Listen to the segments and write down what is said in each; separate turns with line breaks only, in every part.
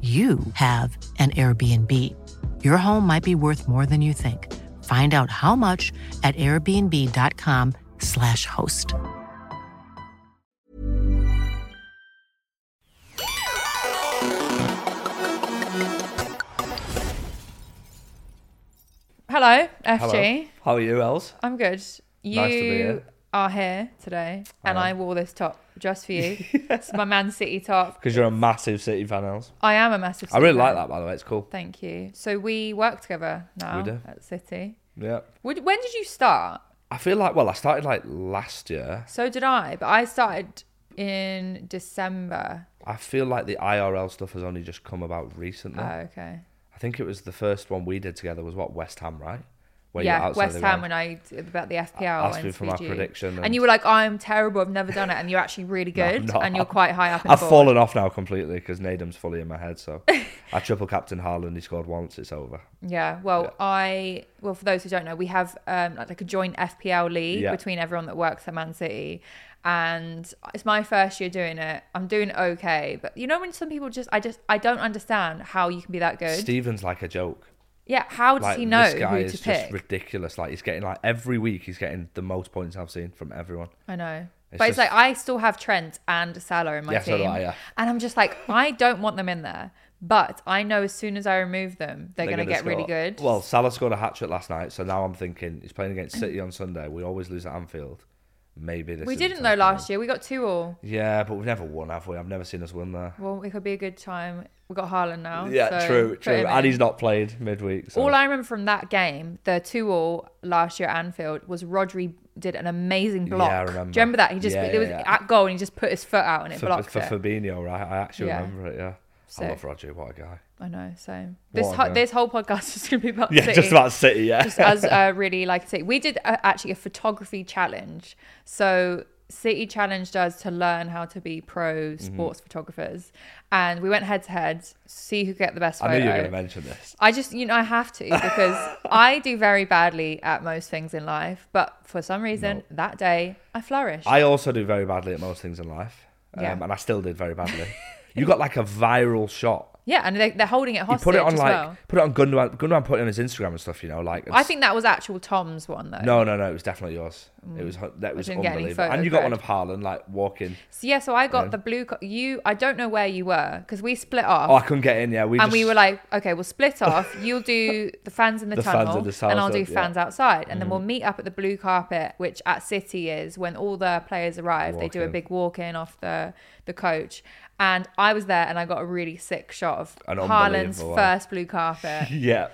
you have an Airbnb. Your home might be worth more than you think. Find out how much at airbnb.com/slash host.
Hello, FG.
Hello. How are you, Els?
I'm good. You
Nice to be here.
are here today, and I wore this top just for you. It's my Man City top.
Because you're a massive City fan, Els.
I am a massive.
I really
City
like
fan.
that, by the way. It's cool.
Thank you. So we work together now
We do.
at City.
Yeah.
Would- When did you start?
I feel like, well, I started like last year.
So did I, but I started in December.
I feel like the IRL stuff has only just come about recently.
Oh, okay.
I think it was the first one we did together was what West Ham, right? Where
yeah,
outside
West
the
Ham
ground.
when I about the FPL.
asked
and
me for my
Fuji.
prediction
and,
and-
you were like, "I'm terrible. I've never done it," and you're actually really good,
not.
and you're quite high up. In
I've
the board.
fallen off now completely because Nadim's fully in my head. So I triple captain Haaland. He scored once. It's over.
Yeah. Well, I well for those who don't know, we have um, like, like a joint FPL league
Yeah.
between everyone that works at Man City, and it's my first year doing it. I'm doing okay, but you know when some people just I just I don't understand how you can be that good.
Steven's like a joke.
yeah. How does
Like
he know
this guy
who
is
to
just
pick?
ridiculous. Like he's getting like every week he's getting the most points I've seen from everyone.
I know. but it's
just-
like I still have Trent and Salah in my
Yeah, so
team,
do I, yeah.
and I'm just like I don't want them in there. But I know as soon as I remove them, they're,
They're
going to
gonna
get really
score.
good.
Well, Salah scored a hat trick last night, so now I'm thinking he's playing against City on Sunday. We always lose at Anfield. Maybe this.
we
is the
didn't though
time.
last year. We got two all.
Yeah, but we've never won, have we? I've never seen us win there.
Well, it could be a good time. We got Haaland now.
Yeah,
so
true,
put
true.
him
And
in.
he's not played midweek. So.
eh? All I remember from that game, the two all last year at Anfield, was Rodri did an amazing block. Do
I
you
remember.
remember that? He just
Yeah,
it
yeah,
was
yeah.
at goal and he just put his foot out and it
for,
blocked
for
it.
Fabinho, right? I actually
Yeah.
remember it. Yeah,
So-
I love Roger. What a guy.
I know. So this
a
ho-
guy.
this whole podcast is going to be about
Yeah,
City.
just about City. Yeah.
Just as uh, really like City. We did uh, actually a photography challenge. So City challenged us to learn how to be pro
Mm-hmm.
sports photographers, and we went head to head, see who could get the best
I
photo.
knew you were going to mention this.
I just, you know, I have to because I do very badly at most things in life. But for some reason, that day I flourished.
I also do very badly at most things in life, um,
Yeah.
and I still did very badly. you got like a viral shot.
yeah, and they, they're holding it
He
hostage
put it on
as
like
well.
put it on Gundogan. Gundogan put it on his Instagram and stuff. You know, like
I think that was actual Tom's one though.
No, no, no. It was definitely yours. It was that was
Um, Mm. didn't get any
unbelievable.
photo
And you got one
cred.
of Haaland like walking.
So yeah, so I got the blue. Co- you, I don't know where you were because we split off.
Oh, I couldn't get in. Yeah, we
and
just,
we were like, okay, we'll split off. You'll do the fans in the,
The fans
tunnel,
in the
and I'll
south,
do
yeah. Mm.
fans outside, and then we'll meet up at the blue carpet, which at City is when all the players arrive. they do a
Walk-in.
big walk in off the the coach, and I was there, and I got a really sick shot of
An
Haaland's
unbelievable one.
first blue carpet,
yeah.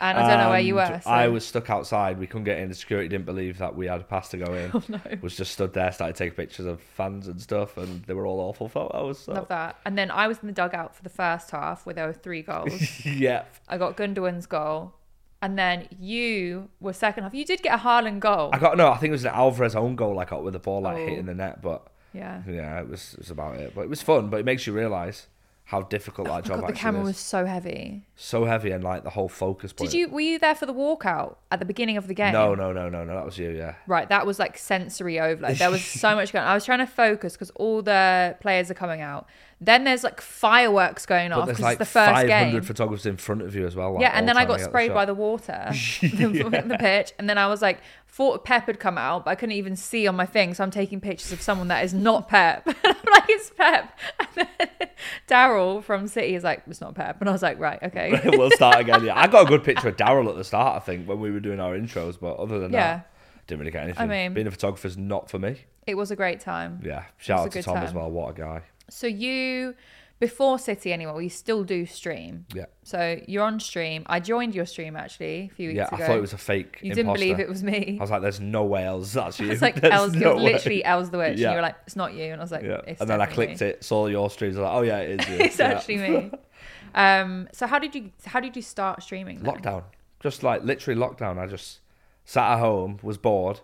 and I don't know where you
And
were. So.
I was stuck outside. We couldn't get in. The security didn't believe that we had a pass to go in. Oh, no. Was just stood there, started taking pictures of fans and stuff, and they were all awful photos. So.
Love that. And then I was in the dugout for the first half where there were three goals.
Yeah.
I got Gundogan's goal. And then you were second half. You did get a Haaland goal.
I got no. I think it was an Alvarez own goal. I
Oh.
got with the ball like hitting the net, but
yeah.
yeah, it was it was about it. But it was fun. But it makes you realise how difficult that job
Oh God, the
actually
camera
is.
was so heavy.
so heavy and like the whole focus point.
Did you were you there for the walkout at the beginning of the game?
No, no, no, no, no. That was you. Yeah.
Right, that was like sensory overload. There was so much going. on. I was trying to focus because all the players are coming out. Then there's like fireworks going off
there's
because
like
Oh, it's the first
500
game.
photographers in front of you as well. like,
yeah, and
all
then I
trying
got
to get
sprayed by
shot.
the water, the, the pitch, and then I was like, thought Pep had come out, but I couldn't even see on my thing, so I'm taking pictures of someone that is not Pep. I'm like, it's Pep. And then Daryl from City is like, it's not Pep, and I was like, right, okay,
we'll start again. Yeah, I got a good picture of Daryl at the start. I think when we were doing our intros, but other than
Yeah.
that, didn't really get anything.
mean-
being a photographer's not for me.
it was a great time.
Yeah, shout
was a
out to
good
Tom as
time.
well. What a guy.
So you, before City anyway, well, you still do stream.
Yeah.
So you're on stream. I joined your stream actually a few weeks
Yeah,
ago.
I thought it was a fake.
You didn't believe
imposter.
it was me.
I was like, "There's no way else that's you."
It's like
There's
Els,
no
it was
way."
literally Els the Witch.
Yeah.
And you were like, it's not you. And I was like,
Yeah.
it's
and then I
definitely
clicked
me.
it, saw your streams, I was like, "Oh yeah, it is." you."
It's
Yeah.
actually me. Um, so how did you how did you start streaming? then?
lockdown. Just like literally lockdown. I just sat at home, was bored,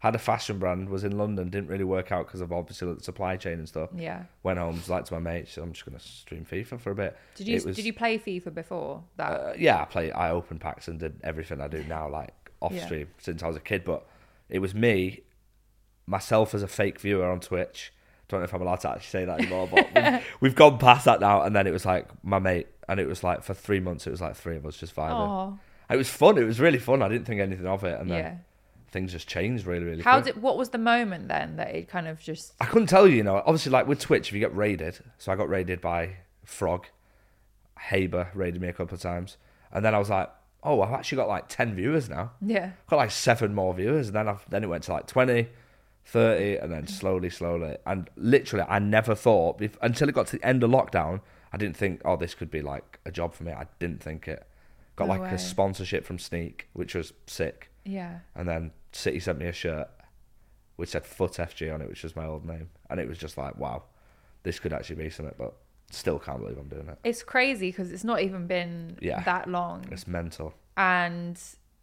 had a fashion brand, was in London, didn't really work out because of obviously the supply chain and stuff.
Yeah.
Went home, was like to my mates, so I'm just gonna stream FIFA for a bit.
Did you
It was-
did you play FIFA before that?
uh, yeah, I play. I open packs and did everything I do now, like off
Yeah.
stream since I was a kid. But it was me, myself as a fake viewer on Twitch. Don't know if I'm allowed to actually say that anymore, but we've, we've gone past that now. And then it was like my mate, and it was like for three months, it was like three of us just vibing.
Aw.
It was fun. It was really fun. I didn't think anything of it, and then
Yeah.
things just changed really, really.
how
quick.
did what was the moment then that it kind of just
I couldn't tell you, you know. Obviously, like with Twitch, if you get raided, so I got raided by Frog, Haber raided me a couple of times, and then I was like, oh, I've actually got like ten viewers now.
yeah
Got like seven more viewers, and then I've, then it went to like 20, 30, and then slowly, slowly, and literally, I never thought bef- until it got to the end of lockdown. I didn't think, oh, this could be like a job for me. I didn't think it. Got
No
like
way.
a sponsorship from Sneak, which was sick,
yeah
and then City sent me a shirt which said Foot FG on it, which was my old name. And it was just like, wow, this could actually be something, but still can't believe I'm doing it.
it's crazy because it's not even been
Yeah.
that long
It's mental.
and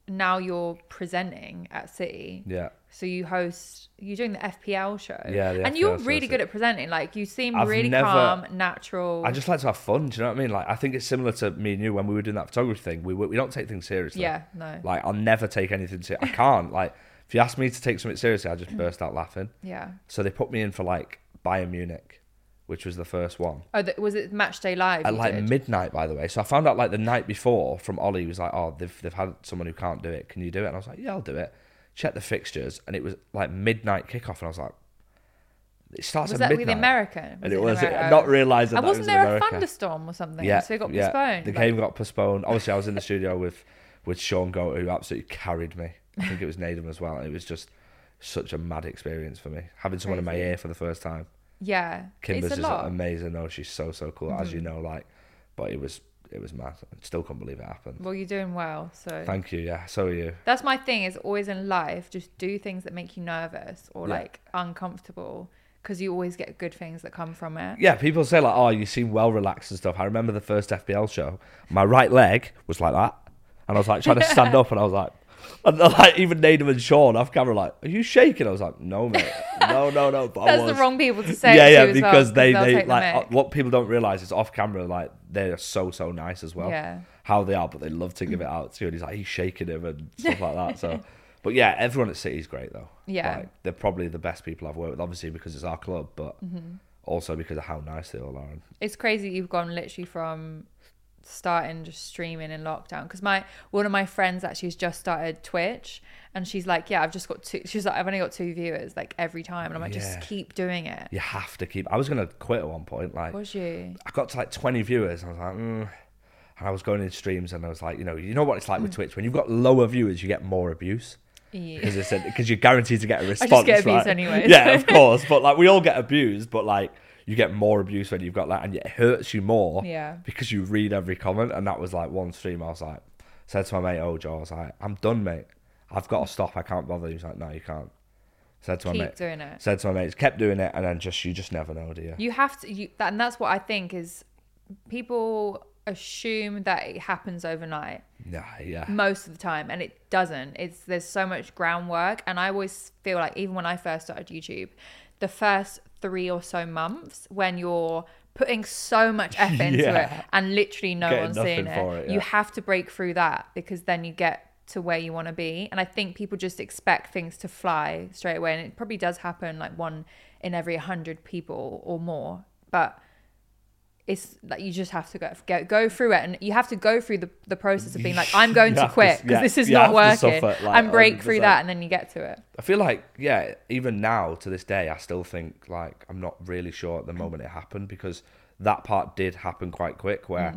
now you're presenting at City
Yeah.
So you host, you're doing the FPL show.
Yeah, the
and you're
FPL show,
really
so-
good at presenting. Like you seem
I've
really
never-
calm, natural.
I just like to have fun. Do you know what I mean? Like, I think it's similar to me and you when we were doing that photography thing. We, were- we don't take things seriously.
Yeah, no.
Like, I'll never take anything seriously. I can't. Like, if you ask me to take something seriously, I just burst out laughing.
yeah.
So they put me in for like Bayern Munich, which was the first one.
Oh, th- was it Match Day Live?
at
you
like
did?
midnight, by the way. So I found out like the night before from Ollie he was like, "Oh, they've they've had someone who can't do it. Can you do it?" And I was like, "Yeah, I'll do it." Check the fixtures, and it was like midnight kickoff, and I was like, "It starts
Was that
at
with
midnight."
the American?
and it
in
was
America?
not realizing.
And
that
wasn't
it was in
there
America.
a thunderstorm or something?
Yeah,
So it got
yeah.
postponed.
The
Like,
game got postponed. Obviously, I was in the studio with with Sean Go, who absolutely carried me. I think it was Nadem as well, and it was just such a mad experience for me having someone in my ear for the first time.
Yeah.
Kimber's
it's
just
a lot. Mm-hmm.
amazing though. She's so so cool, as you know. Like, but it was it was mad. I still can't believe it happened.
Well, you're doing well. So
Thank you. Yeah, so are you.
that's my thing is always in life, just do things that make you nervous or
Yeah.
like uncomfortable because you always get good things that come from it.
Yeah, people say like, "Oh, you seem well relaxed and stuff." I remember the first FBL show. My right leg was like that, and I was like trying to stand up, and I was like, and like even Nadim and Sean off camera like, "Are you shaking?" I was like, "No, mate, no, no, no." But I
That's the
was.
wrong people to say.
yeah,
it to
yeah,
as well,
because they,
they'll
they
take the
like
mick.
uh, what people don't realize is off camera, like they are so so nice as well.
Yeah.
how they are, but they love to give it out too. And he's like, he's shaking him and stuff like that. So, but yeah, everyone at City's great though.
Yeah.
like, they're probably the best people I've worked with, obviously because it's our club, but
Mm-hmm.
also because of how nice they all are. And
it's crazy that you've gone literally from starting just streaming in lockdown because my one of my friends actually has just started twitch and she's like yeah i've just got two she's like i've only got two viewers like every time and i'm like
Yeah.
just keep doing it
you have to keep. I was gonna quit at one point. Like,
was you
I got to like 20 viewers. And I was like, mm. and I was going in streams, and I was like, you know, you know what it's
Mm.
like with Twitch. When you've got lolower viewers, you get more abuse. Because they said because you're guaranteed to get a response.
get abused
right?
anyway,
Yeah,
so-
of course. But like we all get abused, but like you get more abuse when you've got that, and it hurts you more.
Yeah.
Because you read every comment, and that was like one stream. I was like, said to my mate, "Oh, Joe, I was like, I'm done, mate. I've got to stop. I can't bother." He was like, "No, you can't." Said to my
Keep
mate,
doing it.
Said to my mates, kept doing it, and then just you just never know, do you?
you have to you that, and that's what i think is people assume that it happens overnight
Nah, yeah.
most of the time and it doesn't it's there's so much groundwork and i always feel like even when i first started youtube the first three or so months when you're putting so much effort into
Yeah.
it and literally no
Getting
one's seeing
nothing for
it.
it, yeah.
You have to break through that because then you get to where you want to be. And I think people just expect things to fly straight away. And it probably does happen like one in every 100 people or more. But it's like you just have to go, go, go through it. And you have to go through the, the process of being like, I'm going
You
to
have to-
quit because
yeah,
this is
you
not
have to
working.
suffer, like,
and break through
100%.
that and then you get to it.
I feel like, yeah, even now to this day, I still think like I'm not really sure at the moment it happened because that part did happen quite quick. Where,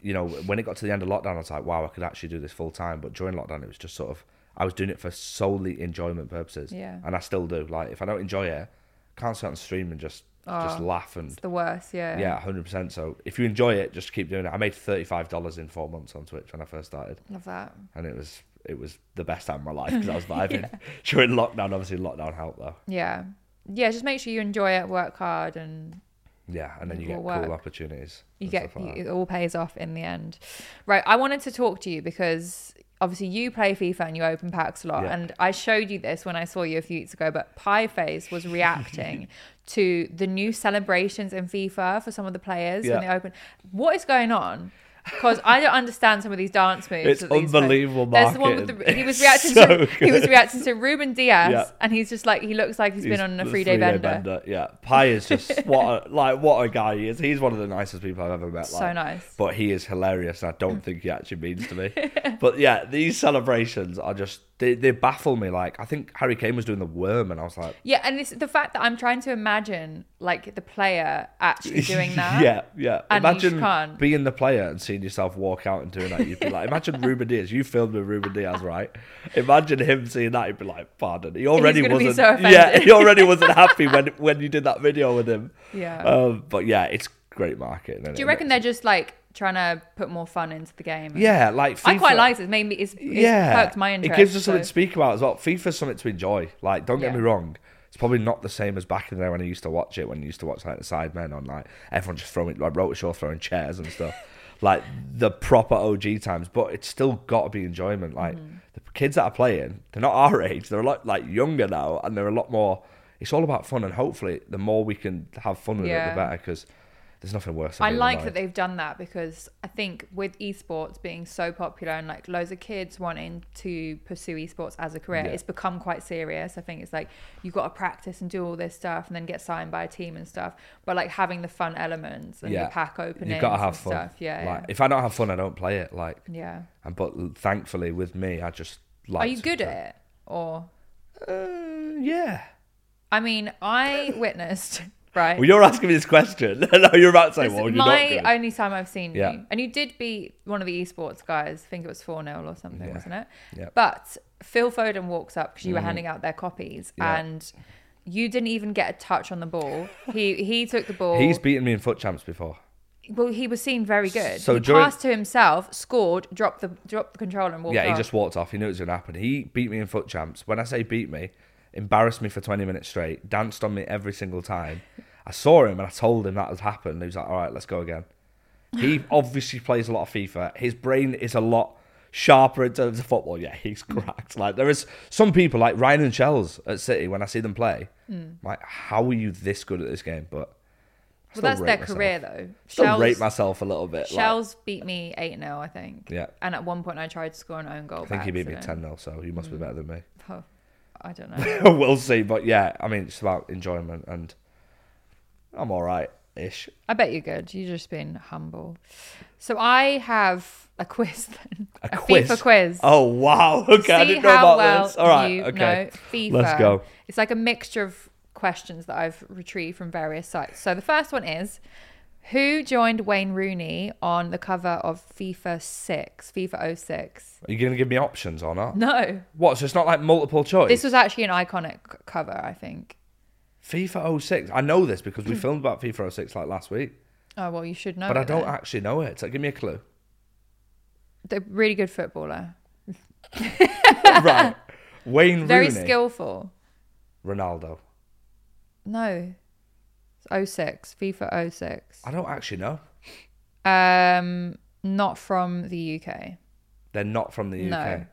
you know, when it got to the end of lockdown, I was like, wow, I could actually do this full time. But during lockdown, it was just sort of, I was doing it for solely enjoyment purposes.
Yeah.
And I still do. Like, if I don't enjoy it, I can't sit on stream and just just laugh and
It's the worst. Yeah.
yeah, hundred percent. So if you enjoy it, just keep doing it. I made thirty five dollars in four months on Twitch when I first started,
Love that.
and it was it was the best time of my life because I was vibing during lockdown. Obviously, lockdown helped though.
Yeah. Yeah. Just make sure you enjoy it, work hard, and
Yeah, and then you
It
get
will
cool
work.
opportunities.
you
and
get
stuff like
you,
that.
it all pays off in the end right i wanted to talk to you because obviously you play fifa and you open packs a lot
Yeah.
and i showed you this when i saw you a few weeks ago but pie face was reacting to the new celebrations in fifa for some of the players when
Yeah.
they open what is going on because I don't understand some of these dance moves.
It's
that these
unbelievable
players- There's the one with the,
marketing.
he was
It's
reacting
so
to he was
good.
reacting to Ruben Diaz,
Yeah.
and he's just like he looks like he's
He's
been on a
the
three day
three-day
bender.
Yeah, Pi is just what a, like what a guy he is. He's one of the nicest people I've ever met.
So
like,
nice. Mm.
but he is hilarious, and I don't think he actually means to me. but yeah, these celebrations are just they, they baffle me. Like I think Harry Kane was doing the worm, and I was like,
Yeah, and it's the fact that I'm trying to imagine like the player actually doing that.
Yeah, yeah.
And you just
imagine
can't.
being the player and seeing yourself walk out and doing that. You'd be like, imagine Ruben Diaz. You filmed with Ruben Diaz, right? Imagine him seeing that. He'd be like, pardon. He already
gonna be
wasn't.
so offended.
yeah, he already wasn't happy when when you did that video with him.
Yeah.
Um, but yeah, it's great marketing.
Do you reckon they're just like trying to put more fun into the game?
Yeah, like FIFA,
I quite like it. It's made me it's, it's perked my interest.
It gives us something
so-
to speak about as well. FIFA's something to enjoy. Like, don't get
Yeah.
me wrong. It's probably not the same as back in the day when I used to watch it, when you used to watch like the side men on like everyone just throwing like Rotashaw throwing chairs and stuff. like the proper OG times, but it's still gotta be enjoyment. Like
Mm-hmm.
the kids that are playing, they're not our age, they're a lot like younger now and they're a lot more it's all about fun and hopefully the more we can have fun with it
Yeah.
the better because there's nothing worse than
I
being
like that
annoyed.
they've done that because I think with esports being so popular and like loads of kids wanting to pursue esports as a career,
Yeah.
it's become quite serious. I think it's like you've got to practice and do all this stuff and then get signed by a team and stuff. But like having the fun elements and the pack openings
You've got to have
and
fun.
stuff. Yeah.
Like,
yeah.
If I don't have fun, I don't play it. Like,
yeah.
and but l- thankfully with me, I just like.
Are you good at it? Or
Uh, yeah.
I mean, I witnessed right.
Well, you're asking me this question. no, you're about to say,
This is
"Well, you're not
my
good."
only time I've seen
Yeah.
you, and you did beat one of the esports guys. I think it was four 0 or something,
Yeah.
wasn't it?
Yeah. Mm-hmm.
But Phil Foden walks up because you were handing out their copies,
Yeah.
and you didn't even get a touch on the ball. He he took the ball.
He's beaten me in foot champs before.
well, he was seen very good.
So
he
during-
passed to himself, scored, dropped the dropped the controller, and walked.
Yeah, he
off.
just walked off. He knew it was going to happen. He beat me in foot champs. When I say beat me, embarrassed me for 20 minutes straight, danced on me every single time. I saw him and I told him that had happened. He was like, all right, let's go again. He obviously plays a lot of FIFA. His brain is a lot sharper in terms of football. Yeah, he's
Mm.
cracked. Like, there is some people like Ryan and Shells at City, when I see them play, I'm like, how are you this good at this game? But I
Mm. Well,
still
that's
rate
their
myself.
career though.
Still
Shell's-
rate myself a little bit. like,
Shells beat me eight 0 I think.
Yeah.
And at one point, I tried to score an own goal.
I think
by
he beat me
accident.
10 0, so you must be better than me.
Oh, I don't know.
we'll see. But yeah, I mean, it's about enjoyment, and I'm all right ish.
I bet you're good. You've just been humble. So I have a quiz then.
A, quiz.
FIFA quiz.
Oh wow. Okay, I
See
didn't know
how
about
well
this. All right.
you
okay.
know FIFA.
Let's go.
It's like a mixture of questions that I've retrieved from various sites. So the first one is who joined Wayne Rooney on the cover of FIFA 6, FIFA 06?
Are you gonna give me options or not?
No.
What? So it's not like multiple choice.
This was actually an iconic c- cover, I think.
FIFA 06. I know this because we filmed about FIFA 06 like last week,
Hmm. Oh, well, you should know.
but I
it
don't
then.
actually know it. So give me a clue.
They're really good footballer.
right. Wayne
Very
Rooney.
skillful.
Ronaldo.
No. It's 06, FIFA 06.
I don't actually know.
Um, not from the UK.
They're not from the UK.
No.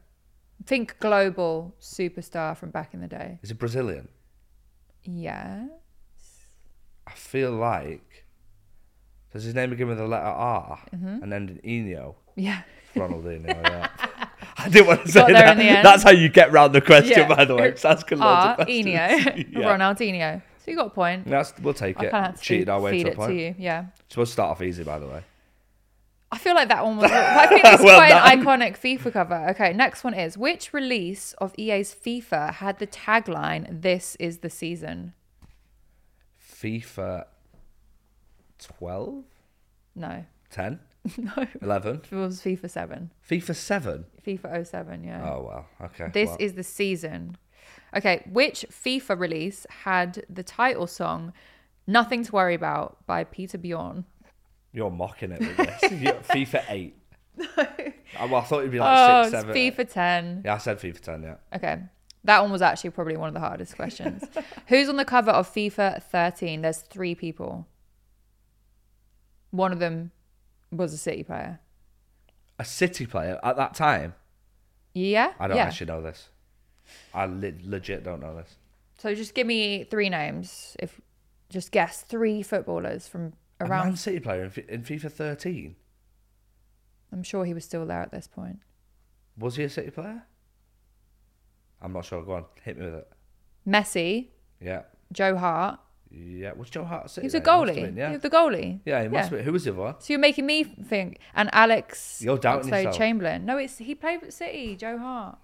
Think global superstar from back in the day.
Is it Brazilian?
Yeah.
I feel like Does his name begin with the letter R
Mm-hmm.
and end in Eno?
Yeah.
Ronaldinho. Yeah. I didn't want to say
there
that.
in the end.
That's how you get round the question,
Yeah.
by the way. 'cause That's good.
R.
questions.
Enio.
Yeah.
Ronaldinho. So you got a point.
That's, we'll take
I
it.
kind of
Cheated
feed,
our way
feed
to a
it to
point.
you. Yeah.
Supposed to start off easy, by the way.
I feel like that one was. I think it's
Well
quite an
done.
iconic FIFA cover. Okay, next one is which release of EA's FIFA had the tagline "This is the season"?
FIFA 12,
No,
10, 11,
it was FIFA Seven,
FIFA 7.
FIFA 07, Yeah.
Oh, well. Okay.
this
well,
is the season. Okay, which FIFA release had the title song "Nothing to Worry About" by Peter Bjorn?
You're mocking it with this. You- FIFA 8. Oh, well, I thought it'd be like
Oh,
six,
it's
seven.
FIFA Ten.
Yeah, I said FIFA 10, yeah.
Okay. That one was actually probably one of the hardest questions. Who's on the cover of FIFA 13? There's three people. One of them was a City player.
A City player at that time.
Yeah?
I don't
yeah.
actually know this. I le- legit don't know this.
So just give me three names. If just guess three footballers from
A Man
around.
City player in, F- in FIFA 13.
I'm sure he was still there at this point.
Was he a City player? I'm not sure. Go on, hit me with it.
Messi,
Yeah,
Joe Hart.
yeah. Was Joe Hart a City?
He was a
player? He must have
goalie.
been, yeah,
He was the goalie.
yeah. He must have been. Who was the other one?
So you're making me think. And Alex
You're doubting
Oxlade
yourself.
Chamberlain. No, it's he played at City, Joe Hart.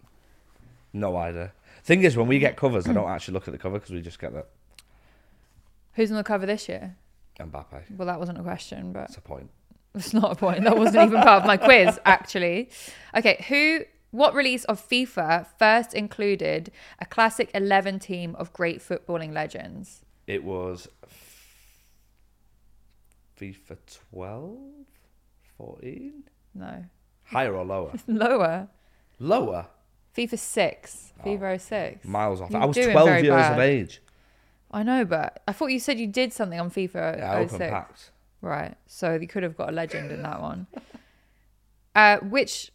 No idea. Thing is, when we get covers, I don't actually look at the cover because we just get that
Who's on the cover this year?
Mbappe.
Well, that wasn't a question, but
That's a point.
That's not a point. That wasn't even part of my quiz, actually. Okay, who? What release of FIFA first included a classic eleven team of great footballing legends?
It was f- FIFA 12, 14.
No,
Higher or lower?
lower.
lower.
FIFA six, FIFA 06.
Oh, Miles off.
You're
I was
doing
12
very
years
bad.
of age.
I know, but I thought you said you did something on FIFA
Yeah, open
06.
packed.
Right, so you could have got a legend in that one. Uh, which,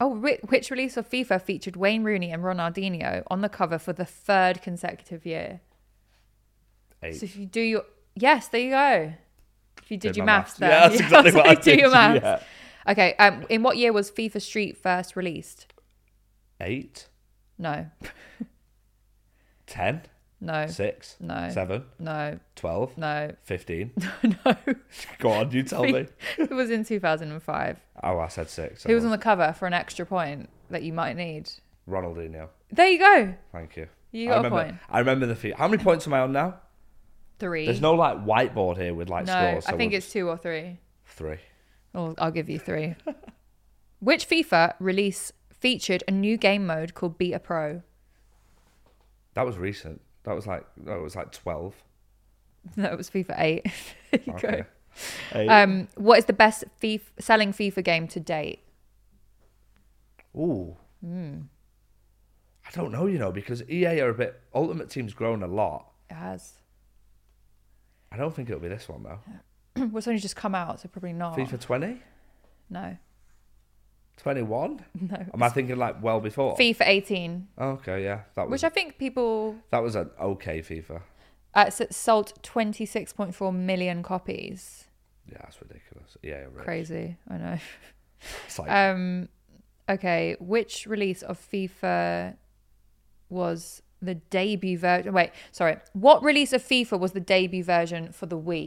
oh, which, which release of FIFA featured Wayne Rooney and Ronaldinho on the cover for the third consecutive year?
Eight.
So if you do your yes, there you go. If you did,
Did
your
my
maths,
maths.
there,
Yeah, that's exactly
so
what I
do
did,
your maths.
yeah.
Okay. Um, in what year was FIFA Street first released?
Eight.
No,
Ten.
no,
Six.
No.
Seven.
no,
Twelve.
no,
15.
no.
Go on, you tell me.
it was in 2005.
Oh, I said six.
Who was on the cover for an extra point that you might need?
Ronaldinho.
There you go.
Thank you.
You
I
got a
remember,
point.
I remember the feet. How many points am I on now?
Three.
There's no like whiteboard here with like
no.
scores.
I
so
think
we'll
it's two or three.
just- three.
Well, I'll give you three. Which FIFA release featured a new game mode called Be a Pro?
That was recent. That was like no, it was like twelve.
No, it was FIFA 8. there you go.
Okay. Eight.
Um, what is the best FIFA, selling FIFA game to date?
Ooh.
Hmm.
I don't know, you know, because EA are a bit. Ultimate Team's grown a lot.
It has.
I don't think it'll be this one though.
well, it's only just come out, so probably not.
FIFA 20?
No.
21? No. Am I thinking like well before?
FIFA 18,
Oh, okay, yeah. Oh. That was
which I think people
that was an okay FIFA.
uh, s- sold 26.4 million copies.
Yeah, that's ridiculous. Yeah, right.
Crazy. I know.
It's like
Um, okay. Which release of FIFA was the debut version? Wait, sorry. What release of FIFA was the debut version for the Wii?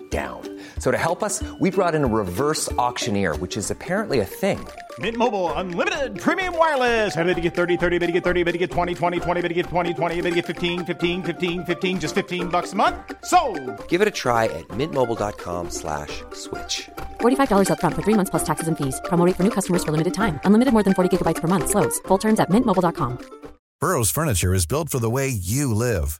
down. So to help us, we brought in a reverse auctioneer, which is apparently a thing.
Mint Mobile unlimited premium wireless. Ready to get 30, 30, bet you get 30, bet you get 20, 20, 20, bet you get 20, 20, bet you get 15, 15, 15, 15, just 15 bucks a month. So,
Give it a try at mintmobile.com slash switch.
$45 upfront for three months plus taxes and fees. Promo rate for new customers for limited time. Unlimited more than 40 gigabytes per month. Slows. Full terms at mintmobile.com.
Burrow's furniture is built for the way you live.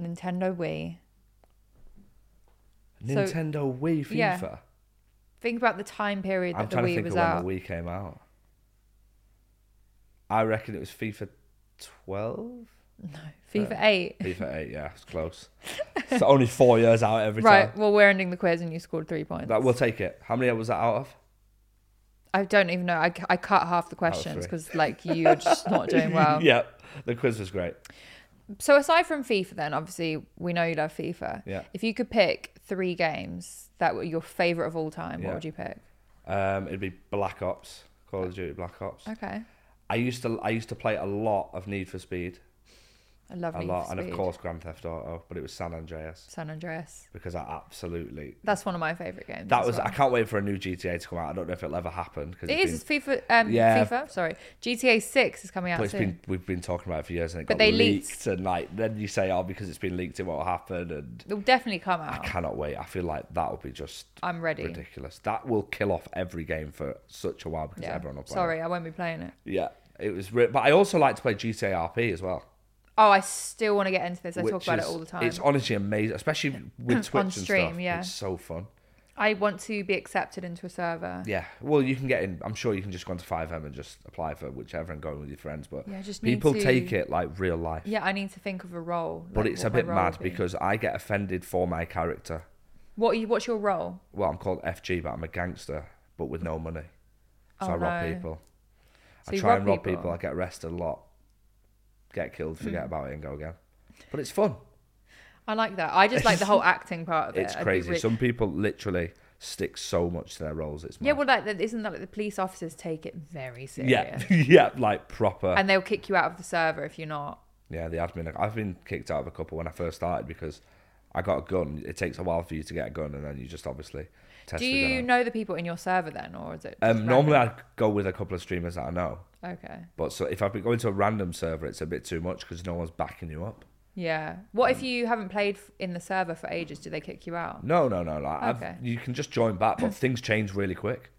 Nintendo Wii. So-
Nintendo Wii FIFA.
yeah, Think about the time period that
I'm
the
trying to
Wii
think
was
of when
out.
the Wii came out. I reckon it was FIFA 12?
FIFA 8.
FIFA 8, yeah, it's close. It's only four years out every
Right,
time.
well, we're ending the quiz and you scored three points.
That, we'll take it. How many was that out of?
I don't even know. I, I cut half the questions
three.
because, like, you were just not doing well.
Yeah, the quiz was great.
So, aside from FIFA, then, obviously, we know you love FIFA.
Yeah.
If you could pick three games that were your favorite of all time,
Yeah.
what would you pick?
Um, it'd be Black Ops, Call of Duty Black Ops.
Okay.
I used to I used to play a lot of Need for Speed,
I love
a
Need for
lot, and of
Speed.
course Grand Theft Auto, but it was San Andreas
San Andreas.
because I absolutely
That's one of my favorite games.
that
as
was
well.
I can't wait for a new GTA to come out. I don't know if it'll ever happen because
It is. It's FIFA. Um,
Yeah.
FIFA. Sorry, GTA Six is coming out
But it's
soon.
been we've been talking about it for years, and it
But
got
they
leaked,
leaked.
and like then you say, "Oh, because it's been leaked, it won't happen." And
It'll definitely come
I
out.
cannot wait. I feel like that will be just
I'm ready.
ridiculous. That will kill off every game for such a while because
Yeah.
everyone will play. it.
Sorry, I won't be playing it.
yeah, it was. Re- but I also like to play GTA RP as well.
Oh, I still want to get into this. I talk
which
about
is-
it all the time.
It's honestly amazing, especially with Twitch and
stream,
stuff.
yeah.
It's so fun.
I want to be accepted into a server.
Yeah. Well, you can get in. I'm sure you can just go onto 5M and just apply for whichever and go in with your friends. But
Yeah, I just need
people
to-
take it like real life.
Yeah, I need to think of a role.
But
like
it's a
what my
bit
role
mad
would be.
because I get offended for my character.
what are you, what's your role?
Well, I'm called FG, but I'm a gangster, but with no money.
Oh,
So I rob
no.
people.
So
I
you
try
rob
and rob people.
people? Hmm.
I get arrested a lot, get killed, forget about it, and go again. But it's fun.
I like that. I just like the whole acting part of it.
It's
I'd be
crazy.
re-
Some people literally stick so much to their roles. It's
yeah,
mad.
well, like that isn't that like the police officers take it very serious,
Yeah, yeah, like proper.
and they'll kick you out of the server if you're not.
yeah, the admin. I've been kicked out of a couple when I first started because I got a gun. It takes a while for you to get a gun, and then you just obviously test.
Do
the gun
you
out.
know the people in your server then, or is it? just
Um, normally, I go with a couple of streamers that I know,
random? Okay.
but so if I've been going to a random server, it's a bit too much because no one's backing you up.
Yeah. What if you haven't played f- in the server for ages? Do they kick you out?
Um, No, no, no. Like, I've-
Okay.
you can just join back, but things change really quick.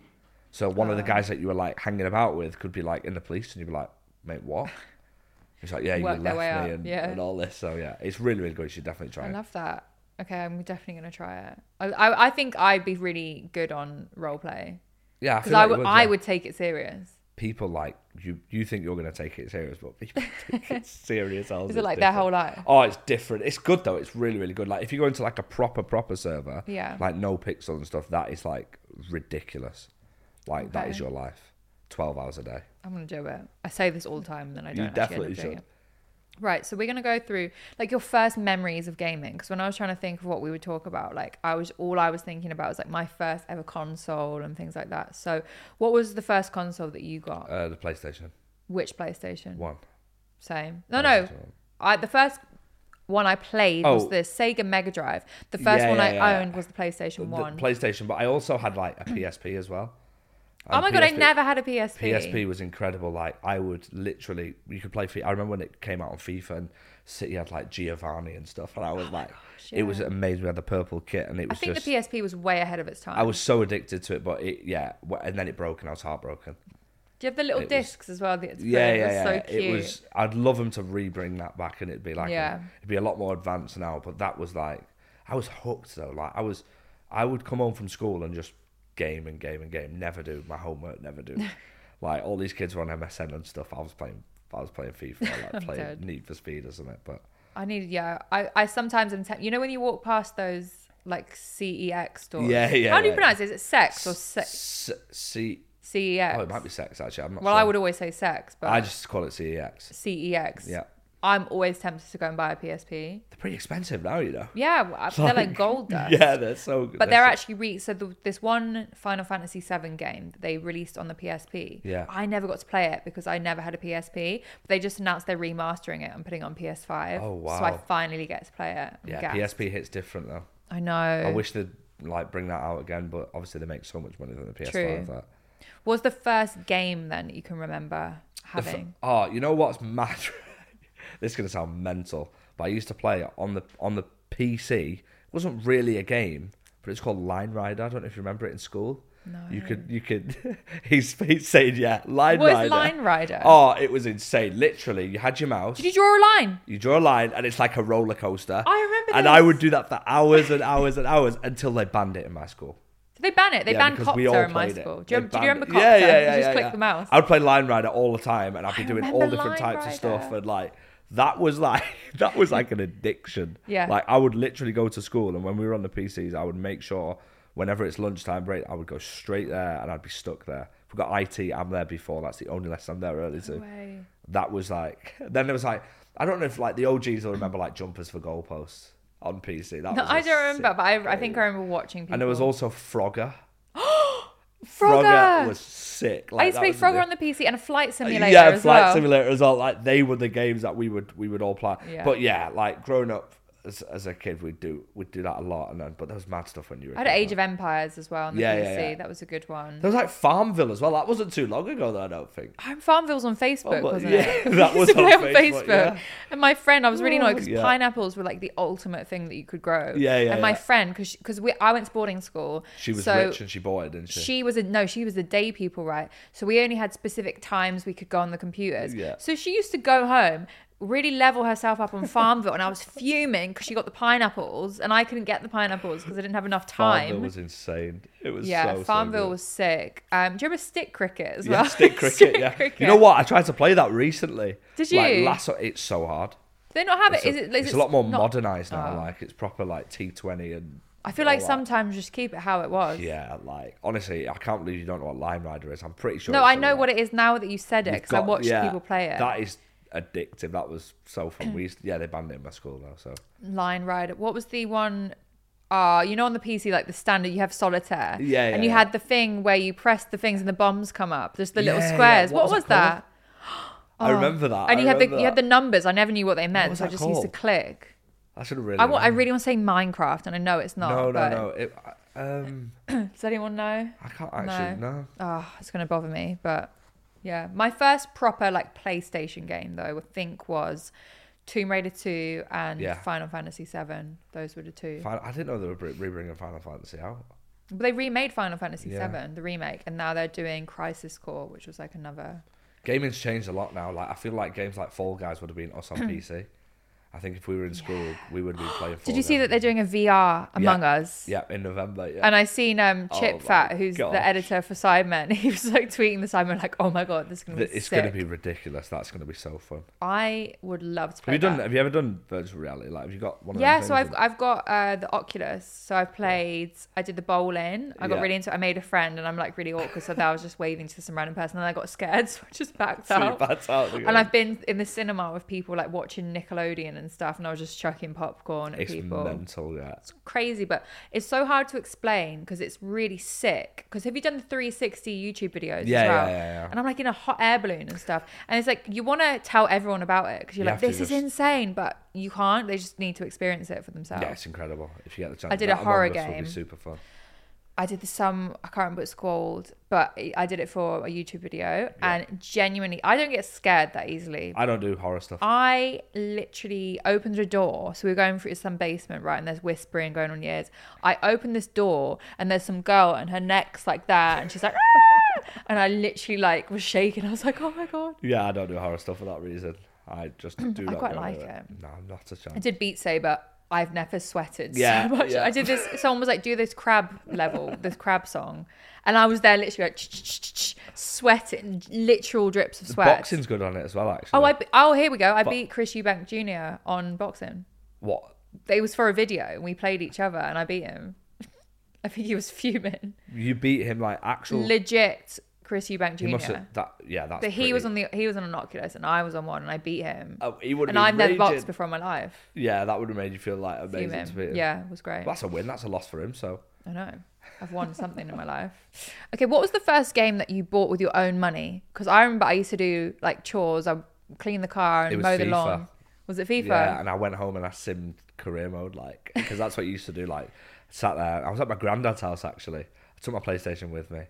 So one
Oh.
of the guys that you were like hanging about with could be like in the police, and you'd be like, "Mate, what?" He's like, "Yeah, you
Work
left me
their way up,
and,
yeah.
and all this." So yeah, it's really, really good. You should definitely try
I
it.
love that. Okay, I'm definitely gonna try it. I I, I think I'd be really good on role play
Yeah, I
because
feel
I
like you
would
would,
I
yeah.
would take it serious.
People like you. You think you're going to take it serious, but people take it serious. Is
it like their whole life?
Oh, it's different. It's good though. It's really, really good. Like if you go into like a proper, proper server,
Yeah.
like no pixel and stuff, that is like ridiculous. Like that is
Okay.
your life, twelve hours a day.
I'm gonna do it. I say this all the time, and then I
You
don't. actually end
definitely
up doing
should.
It. Right, so we're gonna go through like your first memories of gaming. Because when I was trying to think of what we would talk about, like I was all I was thinking about was like my first ever console and things like that. So, what was the first console that you got?
Uh, the PlayStation
Which PlayStation?
One.
Same. No, no. I the first one I played
Oh.
was the Sega Mega Drive. The first
Yeah,
one
yeah,
I
yeah, yeah.
owned was the PlayStation
The
One.
PlayStation, but I also had like a PSP as well.
oh
And
my god, I
PSP
never had a PSP.
PSP was incredible. Like I would literally, you could play. FIFA. I remember when it came out on FIFA and City had like Giovanni and stuff, and I
Oh
was like, it was amazing. We had the purple kit, and it
I
was
think
just.
the PSP was way ahead of its time.
I was so addicted to it, but it yeah, wh- and then it broke, and I was heartbroken.
Do you have the little
it was-
discs as well? That
Yeah,
it
yeah,
was
yeah.
so cute.
It was. I'd love them to re-bring that back, and it'd be like,
Yeah.
it'd be a lot more advanced now. But that was like, I was hooked though. Like I was, I would come home from school and just game and game and game. Never do my homework. Never do. like all these kids were on MSN and stuff. I was playing. I was playing FIFA. I like playing
dead.
Need for Speed or something. But
I needed, yeah. I, I sometimes am, te- you know, when you walk past those like CEX stores.
Yeah, yeah,
How do you
yeah.
pronounce it? Is it sex or se-
S- see,
CEX?
oh, it might be sex actually. I'm not.
well,
sure.
I would always say sex, but
I just call it E CEX.
CEX.
Yeah.
I'm always tempted to go and buy a PSP.
They're pretty expensive now, you know.
Yeah, well, they're like gold dust.
Yeah, they're so good.
But they're actually re- so the, this one Final Fantasy VII game that they released on the PSP.
Yeah.
I never got to play it because I never had a PSP. But they just announced they're remastering it and putting it on PS5.
Oh,
So I
wow.
finally get to play it. I'm
yeah.
gassed.
PSP hits different though.
I know.
I wish they'd like bring that out again, but obviously they make so much money from the PS5
True.
that.
What's the first game then that you can remember
The f-
having?
oh, you know what's mad? this is gonna sound mental, but I used to play on the on the PC. It wasn't really a game, but it's called Line Rider. I don't know if you remember it in school. You could, you could. he's, he's saying, yeah, line
What is
rider.
line rider?
Oh, it was insane. Literally, you had your mouse.
Did you draw a line?
You draw a line, and it's like a roller coaster.
I remember
And
this.
I would do that for hours and hours and hours until they banned it in my school.
Did they ban it? They
Yeah,
banned
because we all
Copter in my
played it.
school. Do you,
They
rem- do you
banned
remember
it.
Copter?
Yeah, yeah, yeah.
you just
yeah,
click
yeah.
the mouse.
I would play Line Rider all the time, and I'd be doing all
remember
different
Line
types of stuff.
Rider.
And like that was like that was like an addiction.
Yeah.
Like I would literally go to school, and when we were on the PCs, I would make sure whenever it's lunchtime break, I would go straight there, and I'd be stuck there. If we got IT, I'm there before. That's the only lesson I'm there early to.
way.
That was like then there was like I don't know if like the OGs will remember like jumpers for goalposts on PC. That
No,
was
I
a
don't remember,
sick
but I, I
game.
think I remember watching people.
And there was also Frogger.
Frogger.
was sick.
I
Like,
used to
that
play
was a
Frogger
diff-
on the PC and a flight simulator
yeah,
as
Flight
well.
Simulator as well. Like they were the games that we would we would all play.
Yeah.
But yeah, like growing up as, as a kid, we'd do we'd do that a lot. And then, but there was mad stuff when you were.
I had Age of Empires as well on the
Yeah,
PC.
yeah, yeah.
That was a good one.
There was like Farmville as well. That wasn't too long ago, though. I don't think.
Home Farmville's on Facebook,
Oh, well,
wasn't
yeah,
it?
that
We
was
used to play
on Facebook, yeah. Oh,
And my friend, I was really annoyed because
Yeah.
pineapples were like the ultimate thing that you could grow.
Yeah, yeah,
And my
yeah.
friend, because because we I went to boarding school,
She was
so
rich and she bought it, didn't she?
she was a no, she was the day people, right? So we only had specific times we could go on the computers.
Yeah.
So she used to go home. Really level herself up on Farmville, and I was fuming because she got the pineapples, and I couldn't get the pineapples because I didn't have enough time.
Farmville was insane. It was
yeah,
so, so
Farmville
good.
was sick. Um, do you remember stick cricket as
yeah,
well?
stick cricket. Yeah, you know what? I tried to play that recently.
Did
Like
you?
last, it's so hard.
Do they not have
It's
it?
a,
Is it? Is
it's
it
a lot more
not- Oh.
modernized now. Like it's proper like T twenty and.
I feel like
all that.
sometimes just keep it how it was.
Yeah, like honestly, I can't believe you don't know what Lime Rider is. I'm pretty sure.
No, I know what it is now that you said it because I watched
yeah,
people play it.
That is addictive. That was so fun. we used yeah, they banned it in my school though. So
Line Rider. What was the one? Uh, you know, on the PC, like the standard, you have solitaire.
Yeah, yeah,
And you
yeah.
had the thing where you press the things and the bombs come up, just the little
Yeah, yeah.
squares. What,
What was
was,
it called?
that?
I remember that.
Oh. And
I
you had the
remember
you had the
that.
numbers. I never knew what they meant,
was
so I
that
just used to
called?
click.
I should have really.
I want. I
known.
really want to say Minecraft, and I know it's not.
No, no,
but
no. It, I- um,
Does anyone know?
I can't actually. No.
No. Oh, it's gonna bother me, but yeah, my first proper like PlayStation game though, I would think was Tomb Raider two and
Yeah.
Final Fantasy seven. Those were the two.
Fin- I didn't know they were re- rebringing Final Fantasy out.
but they remade Final Fantasy
Yeah.
seven, the remake, and now they're doing Crisis Core, which was like another.
Gaming's changed a lot now. Like I feel like games like Fall Guys would have been us on PC. I think if we were in school, we would be playing. Fall
Hmm. Did you see
Guys.
that they're doing a VR Among
Yeah.
Us?
Yeah, in November. Yeah.
And I seen um, Chip
Oh my
Fat, who's
gosh.
the editor for Sidemen. He was like tweeting the Sidemen, like, "Oh my god, this is gonna be
Th- it's
sick."
going to be ridiculous. That's going to be so fun.
I would love to play.
Have you
that.
done? Have you ever done virtual reality? Like, have you got one? Of
Yeah,
them
so I've
things in-
I've got uh, the Oculus. So I played. I did the bowling. I got
Yeah.
really into. it. I made a friend, and I'm like really awkward. So that I was just waving to some random person, and I got scared, so I just backed
So you
out.
backed out, didn't you?
And I've been in the cinema with people, like watching Nickelodeon and stuff, and I was just chucking popcorn at
It's
people.
mental. Yeah.
It's crazy, but it's so hard to explain because it's really sick. Because have you done the 360 YouTube videos
Yeah,
as
yeah,
well?
yeah, yeah.
And I'm like in a hot air balloon and stuff. And it's like you want to tell everyone about it because you're
You
like,
have to
this is
just-
insane, but you can't. They just need to experience it for themselves.
Yeah, it's incredible. If you get the chance,
I did
That
a horror
Among Us Would
game.
be super fun.
I did the some I can't remember what it's called, but I did it for a YouTube video, and genuinely, I don't get scared that easily.
I don't do horror stuff.
I literally opened a door. So we were going through some basement, right? And there's whispering going on in your ears. I opened this door and there's some girl and her neck's like that. And she's like, "Ah!" and I literally like was shaking. I was like, oh my God.
yeah, I don't do horror stuff for that reason. I just do. not
quite
go
like
near
it.
No, not a chance.
I did Beat Saber. I've never sweated
Yeah,
so much.
yeah.
I did this. Someone was like, "Do this crab level, this crab song," and I was there, literally like, ch-ch-ch-ch-ch, sweating, literal drips of sweat.
Boxing's good on it as well, actually.
Oh, I be- oh, here we go. I beat Chris Eubank Jr. on boxing.
what?
it was for a video and we played each other and I beat him. I think he was fuming.
You beat him like actual.
Legit Chris Eubank
he must
Jr.
have that. Yeah, that's.
But he was
pretty-
on the he was on an Oculus and I was on one and I beat him.
Oh, he would've
and
been
I've never boxed
raging.
before in my life.
Yeah, that would have made you feel like
Fuming.
amazing to beat him.
Yeah, it was great.
That's a win. That's a loss for him. So
I know. I've won something in my life. Okay, what was the first game that you bought with your own money? Because I remember I used to do like chores. I would clean the car
It
and
was
mow the
FIFA.
lawn. Was it FIFA?
Yeah, and I went home and I simmed career mode, like, because that's what you used to do. Like, sat there. I was at my granddad's house actually. I took my PlayStation with me,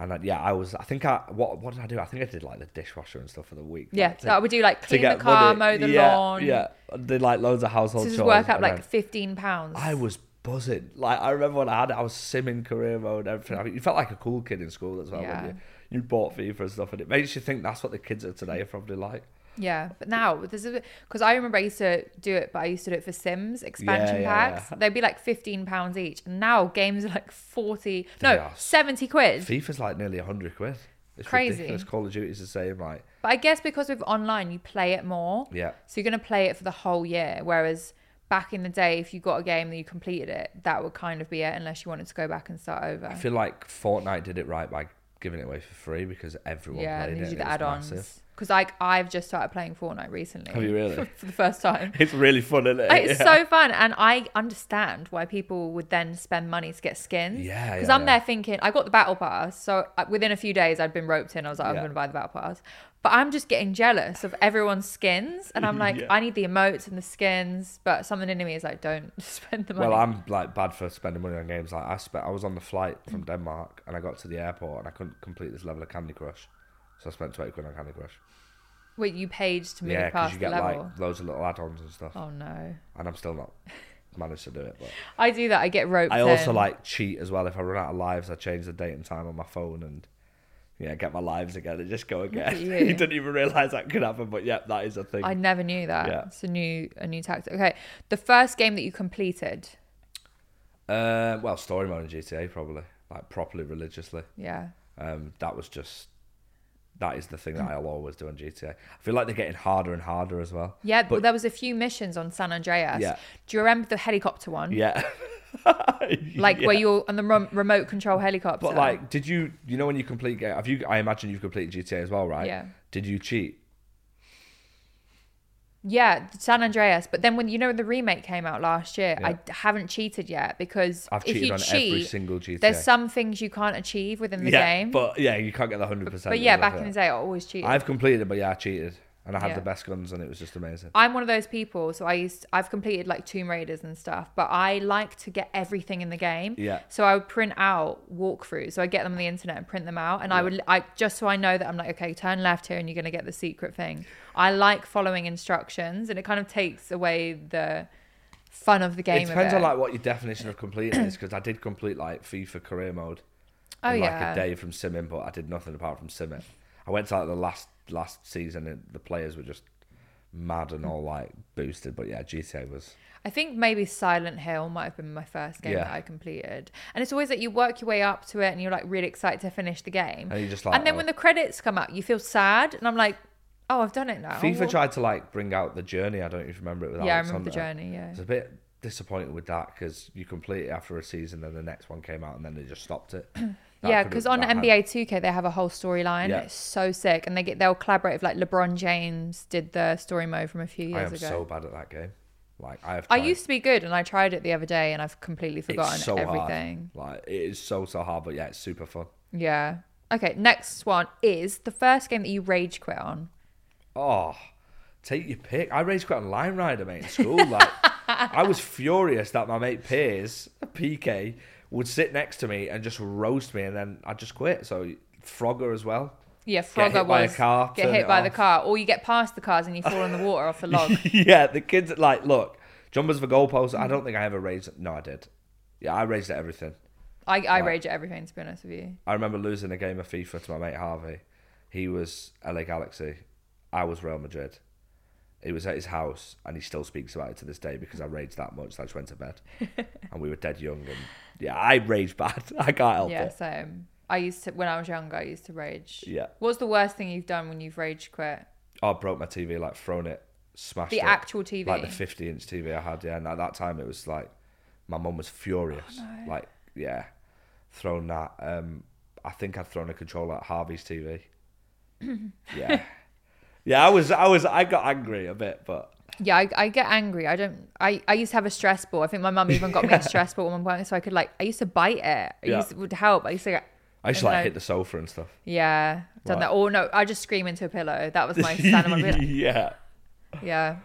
and I, yeah, I was. I think I what what did I do? I think I did like the dishwasher and stuff for the week.
Yeah,
like, to-
so I would do, like,
to
clean the
get
car, mow the
yeah,
lawn.
Yeah, I did like loads of household
so just
chores.
work up
and
like
then
fifteen pounds.
I was buzzing. Like I remember when I had it, I was simming career mode, and everything. I mean, you felt like a cool kid in school as well.
Yeah.
When you you bought FIFA and stuff, and it makes you think that's what the kids are today are probably like.
Yeah, but now there's a because I remember I used to do it, but I used to do it for Sims expansion
yeah,
packs.
yeah.
They'd be like fifteen pounds each, and now games are like forty, no,
are.
seventy quid.
FIFA's like nearly hundred quid. It's
Crazy.
ridiculous. Call of Duty's the same. Like
But I guess because with online, you play it more.
Yeah.
So you're going to play it for the whole year. Whereas back in the day, if you got a game that you completed it, that would kind of be it, unless you wanted to go back and start over.
I feel like Fortnite did it right by giving it away for free because everyone
yeah,
played
and
it.
then you do
and
the
it was
add
massive.
ons. Because like, I've just started playing Fortnite recently.
Have you really?
for the first time.
It's really fun, isn't it?
It's
Yeah.
so fun, and I understand why people would then spend money to get skins.
Yeah,
because
yeah,
I'm
yeah.
there thinking I got the battle pass, so uh, within a few days I'd been roped in. I was like, I'm
Yeah.
going to buy the battle pass, but I'm just getting jealous of everyone's skins, and I'm like, I need the emotes and the skins, but something in me is like, don't spend the money.
Well, I'm like bad for spending money on games. Like I spent, I was on the flight
Mm.
from Denmark and I got to the airport and I couldn't complete this level of Candy Crush, so I spent twenty quid on Candy Crush.
Wait, you paid to move
Yeah, because
past
you get
the level.
like loads of little add-ons and stuff,
oh no,
and I'm still not managed to do it. But
I do that. I get roped.
I also
in.
like cheat as well. If I run out of lives, I change the date and time on my phone and yeah, get my lives again and just go again.
at
you
you.
didn't even realize that could happen, but yeah, that is a thing.
I never knew that.
Yeah.
It's a new a new tactic. Okay, the first game that you completed.
Uh, well, story mode in GTA probably like properly religiously.
Yeah.
Um, that was just that is the thing that I'll always do on GTA. I feel like they're getting harder and harder as well.
Yeah, but there was a few missions on San Andreas.
Yeah.
Do you remember the helicopter one?
Yeah.
Like where
Yeah.
you're on the rem- remote control helicopter.
But like, did you you know when you complete game? Have you? I imagine you've completed GTA as well, right?
Yeah.
Did you cheat?
yeah, San Andreas. But then when you know the remake came out last year, I haven't cheated yet because
I've
if
cheated
you
on every
cheat,
single GTA.
there's some things you can't achieve within the
yeah.
game. But,
But yeah, you can't get the hundred percent.
yeah, back in the day, I always cheated.
I've completed, it, but yeah, I cheated, and I had
Yeah.
the best guns, and it was just amazing.
I'm one of those people, so I used I've completed like Tomb Raiders and stuff, but I like to get everything in the game.
Yeah.
So I would print out walkthroughs. So I get them on the internet and print them out, and I would I just so I know that I'm like, okay, turn left here, and you're gonna get the secret thing. I like following instructions, and it kind of takes away the fun of the game.
it
a
depends
bit.
on like what your definition of completing is, because I did complete like FIFA career mode.
oh
in, like
yeah.
a day from simming, but I did nothing apart from simming. I went to like the last last season, and the players were just mad and all like boosted. But yeah, GTA was
I think maybe Silent Hill might have been my first game
Yeah.
that I completed. And it's always like you work your way up to it and you're like really excited to finish the game.
And you're just like,
then
oh.
when the credits come up, you feel sad and I'm like, Oh, I've done it now.
FIFA tried to like bring out the journey. I don't even remember it. With
Yeah, I
Alex
remember the
Hunter.
journey, yeah.
I was a bit disappointed with that because you complete it after a season, then the next one came out, and then they just stopped it. That
yeah,
could've-
because on
that had-
NBA 2K they have a whole storyline.
Yeah.
It's so sick, and they get they'll collaborate with like LeBron James did the story mode from a few years
I am
ago.
so bad at that game. Like I have.
I
tried.
used to be good, and I tried it the other day, and I've completely forgotten
it's so
everything.
Hard. Like it is so so hard, but yeah, it's super fun.
Yeah. Okay, next one is the first game that you rage quit on.
Oh, take your pick. I raged quite on Lime Rider, mate, in school. Like, I was furious that my mate Piers, PK, would sit next to me and just roast me, and then I just quit. So, Frogger as well.
Yeah,
Get
Frogger was
hit by a car,
get
turn
hit
it
by the
off.
car, or you get past the cars and you fall on the water off the log.
yeah, the kids, like, look, jumpers for goalposts. I don't think I ever raised No, I did. Yeah, I raised at everything.
I, I rage at everything, to be honest with you.
I remember losing a game of FIFA to my mate Harvey. He was LA Galaxy. I was Real Madrid. It was at his house, and he still speaks about it to this day because I raged that much. that I just went to bed, and we were dead young. And yeah, I rage bad. I can't help
Yeah,
it.
same. I used to when I was younger. I used to rage.
Yeah.
What's the worst thing you've done when you've rage quit?
Oh, I broke my TV, like thrown it, smashed
The
it.
actual TV?
like the fifty-inch TV I had. Yeah, and at that time it was like my mum was furious.
Oh,
Like yeah, thrown that. Um, I think I'd thrown a controller at Harvey's TV. yeah, yeah. I was, I was, I got angry a bit, but
Yeah, I, I get angry. I don't. I, I used to have a stress ball. I think my mum even got me a stress ball at one point, so I could like. I used to bite it. I
Yeah.
used to, would help. I used to. get-
I used
and
to like
then I-
hit the sofa and stuff.
Yeah, done
Right.
that. Or no, I just scream into a pillow. That was my stand on my pillow.
yeah.
Yeah.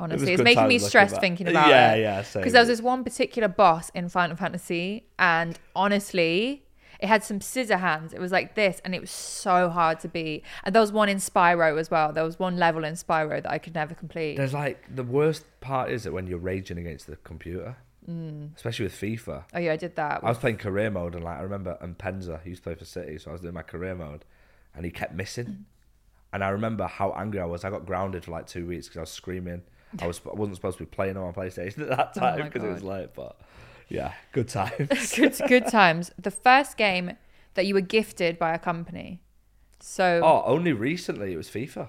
Honestly, it's
good
making
times
me
looking
stressed
back.
thinking about
Yeah,
it.
yeah, same.
Because there was this one particular boss in Final Fantasy, and honestly, it had some scissor hands. It was like this, and it was so hard to beat. And there was one in Spyro as well. There was one level in Spyro that I could never complete.
There's like the worst part is that when you're raging against the computer.
Mm.
especially with FIFA.
Oh yeah, I did that.
I was playing career mode and like I remember and Penza, he used to play for City, so I was doing my career mode and he kept
Mm.
missing. And I remember how angry I was. I got grounded for like two weeks because I was screaming. I was I wasn't supposed to be playing on my PlayStation at that time
Oh my
because it was
God.
late, but yeah, good times.
good, good times. The first game that you were gifted by a company. So
oh, only recently it was FIFA.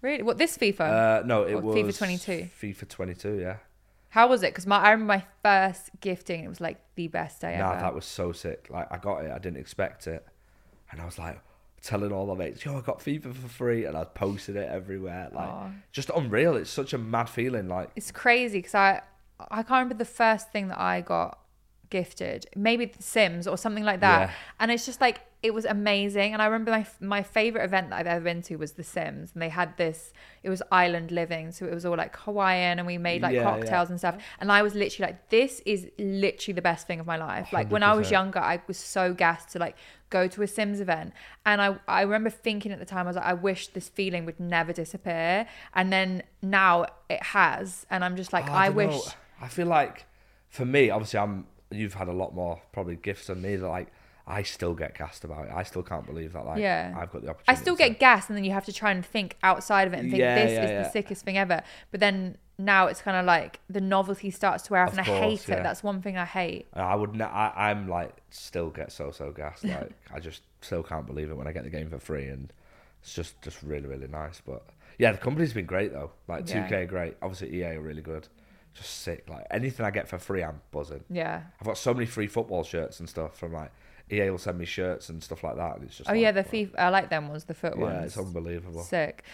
really, what this FIFA?
Uh, no, it
Or
was
FIFA 22.
FIFA 22, yeah.
How was it? Because my I remember my first gifting. It was like the best day
Nah,
ever.
that was so sick. Like I got it, I didn't expect it, and I was like telling all my mates, "Yo, I got FIFA for free," and I posted it everywhere. Like just unreal. It's such a mad feeling. Like
it's crazy because I I can't remember the first thing that I got gifted. Maybe The Sims or something like that.
Yeah.
And it's just like it was amazing. And I remember my my favorite event that I've ever been to was The Sims, and they had this. It was island living, so it was all like Hawaiian, and we made like
Yeah, yeah.
cocktails and stuff. And I was literally like, this is literally the best thing of my life. Like when I was
100%.
younger, I was so gassed to like go to a Sims event. And I, I remember thinking at the time, I was like, I wish this feeling would never disappear. And then now it has. And I'm just like,
Oh,
I,
dunno.
wish.
I feel like for me, obviously, I'm. You've had a lot more probably gifts than me. That like I still get cast about it. I still can't believe that. Like
Yeah.
I've got the opportunity.
I still get
to-
gas, and then you have to try and think outside of it and think
Yeah,
this
yeah,
is
yeah.
the sickest thing ever. But then now it's kind of like the novelty starts to wear off,
Of
and I
course,
hate
yeah.
it. That's one thing I hate.
I would. Ne- I, I'm like still get so so gassed. Like I just still can't believe it when I get the game for free, and it's just just really really nice. But yeah, the company's been great though. Like 2K
Yeah.
are great. Obviously EA are really good. Just sick. Like anything I get for free, I'm buzzing.
Yeah.
I've got so many free football shirts and stuff from like EA will send me shirts and stuff like that. And it's just
Oh
like,
yeah, the
wow.
FIFA. I like them ones, the foot
Yeah,
ones.
it's unbelievable.
Sick.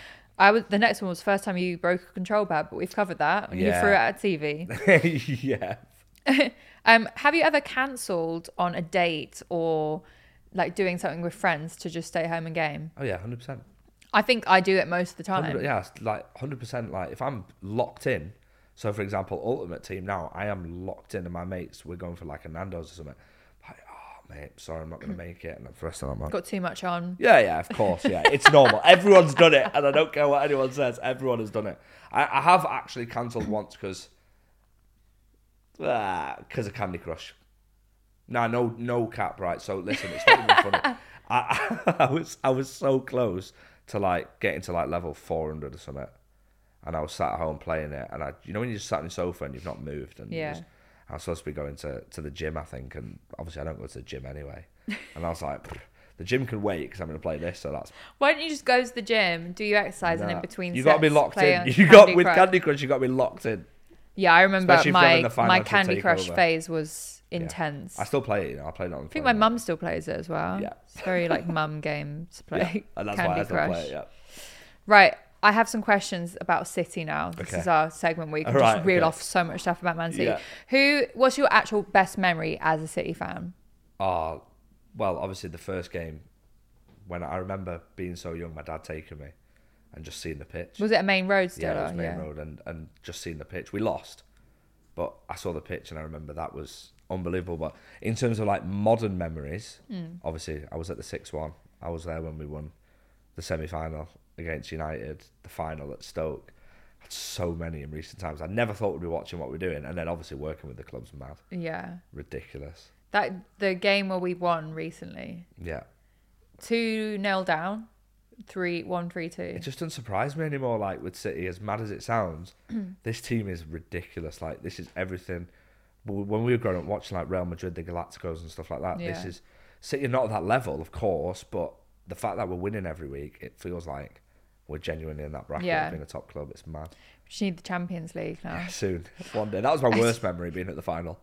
I was the next one was first time you broke a control pad, but we've covered that. and You
Yeah.
threw it at a TV.
yeah.
um, have you ever cancelled on a date or like doing something with friends to just stay home and game?
Oh yeah, hundred percent.
I think I do it most of the time.
Yeah, it's like hundred percent. Like if I'm locked in, so for example, Ultimate Team now, I am locked in, and my mates we're going for like a Nando's or something. Like, oh mate, sorry, I'm not gonna make it, and then for the rest of that month.
Got too much on.
Yeah, yeah, of course, yeah. It's normal. Everyone's done it, and I don't care what anyone says. Everyone has done it. I, I have actually cancelled once because because Ah, of Candy Crush. Nah, no, no cap, right? So listen, it's not even funny. I, I, was I was so close to like getting to like level four hundred or something, and I was sat at home playing it, and I, you know, when you just sat on your sofa and you've not moved, and you
Yeah.
just- I was supposed to be going to, to the gym, I think, and obviously I don't go to the gym anyway, and I was like, "Pff, the gym can wait because I'm going to play this, so that's
Why don't you just go to the gym, do your exercise, and in
that.
between
You got to be
sets,
locked
play
in.
on
You got
Candy
with
Crush.
Candy Crush, you got to be locked in.
Yeah, I remember
Especially if you're having
my
the
my
financial
Candy Crush
takeover.
phase was
Yeah.
intense.
I still play it. You know, I play it on.
I think my mum still plays it as well.
Yeah.
It's very like mum game to play.
and that's
Candy
why I still
Crush.
play it. Yeah.
Right. I have some questions about City now. This
Okay.
is our segment where you can
All right,
just reel
okay.
off so much stuff about Man City.
Yeah.
Who what's your actual best memory as a City fan?
Oh, well, obviously the first game when I remember being so young, my dad taking me and just seeing the pitch.
Was it a main road still?
yeah, it was
or-
main road and, and just seeing the pitch. We lost, but I saw the pitch and I remember that was unbelievable. But in terms of like modern memories,
Mm.
obviously I was at the six one. I was there when we won the semi final against United, the final at Stoke. Had so many in recent times. I never thought we'd be watching what we're doing, and then obviously working with the club's mad,
Yeah.
ridiculous.
That the game where we won recently.
Yeah,
Two nil down. Three one three two.
it just doesn't surprise me anymore. Like with City, as mad as it sounds, this team is ridiculous. Like this is everything. W- When we were growing up watching like Real Madrid, the Galacticos and stuff like that, this
Yeah.
is City are not at that level, of course, but the fact that we're winning every week, it feels like we're genuinely in that bracket
Yeah.
of being a top club. It's mad.
Just need the Champions League now.
Soon, one day. That was my worst memory being at the final.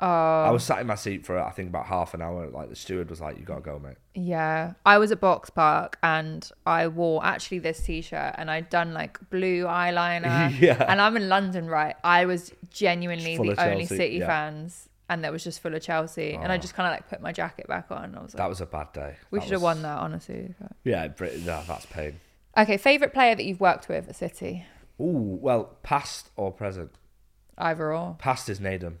Oh. I was sat in my seat for I think about half an hour. Like the steward was like, "You gotta go, mate."
Yeah, I was at Box Park and I wore actually this t-shirt and I'd done like blue eyeliner.
Yeah.
And I'm in London, right? I was genuinely
Full
the
of
only
Chelsea,
City
yeah. Oh.
fans, and that was just full of Chelsea. And I just kind of like put my jacket back on. I was like,
That was a bad day.
we
That
should have
was-
won that, honestly.
Yeah, Brit- no, that's pain.
Okay, favorite player that you've worked with at City,
Ooh, well, past or present?
either or.
Past is Nadem.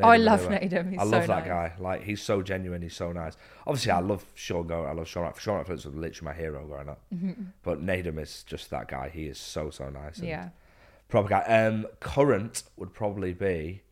Oh, I
Nadem
love
Adebayo.
Nadem. He's
I love
so nice.
that guy. Like he's so genuine. He's so nice. Obviously, I love Sean Go. I love Sean. Wright. Sean Wright Phillips was literally my hero growing up. But Nadem is just that guy. He is so so nice.
Mm-hmm.
and
Yeah.
proper guy. Um, current would probably be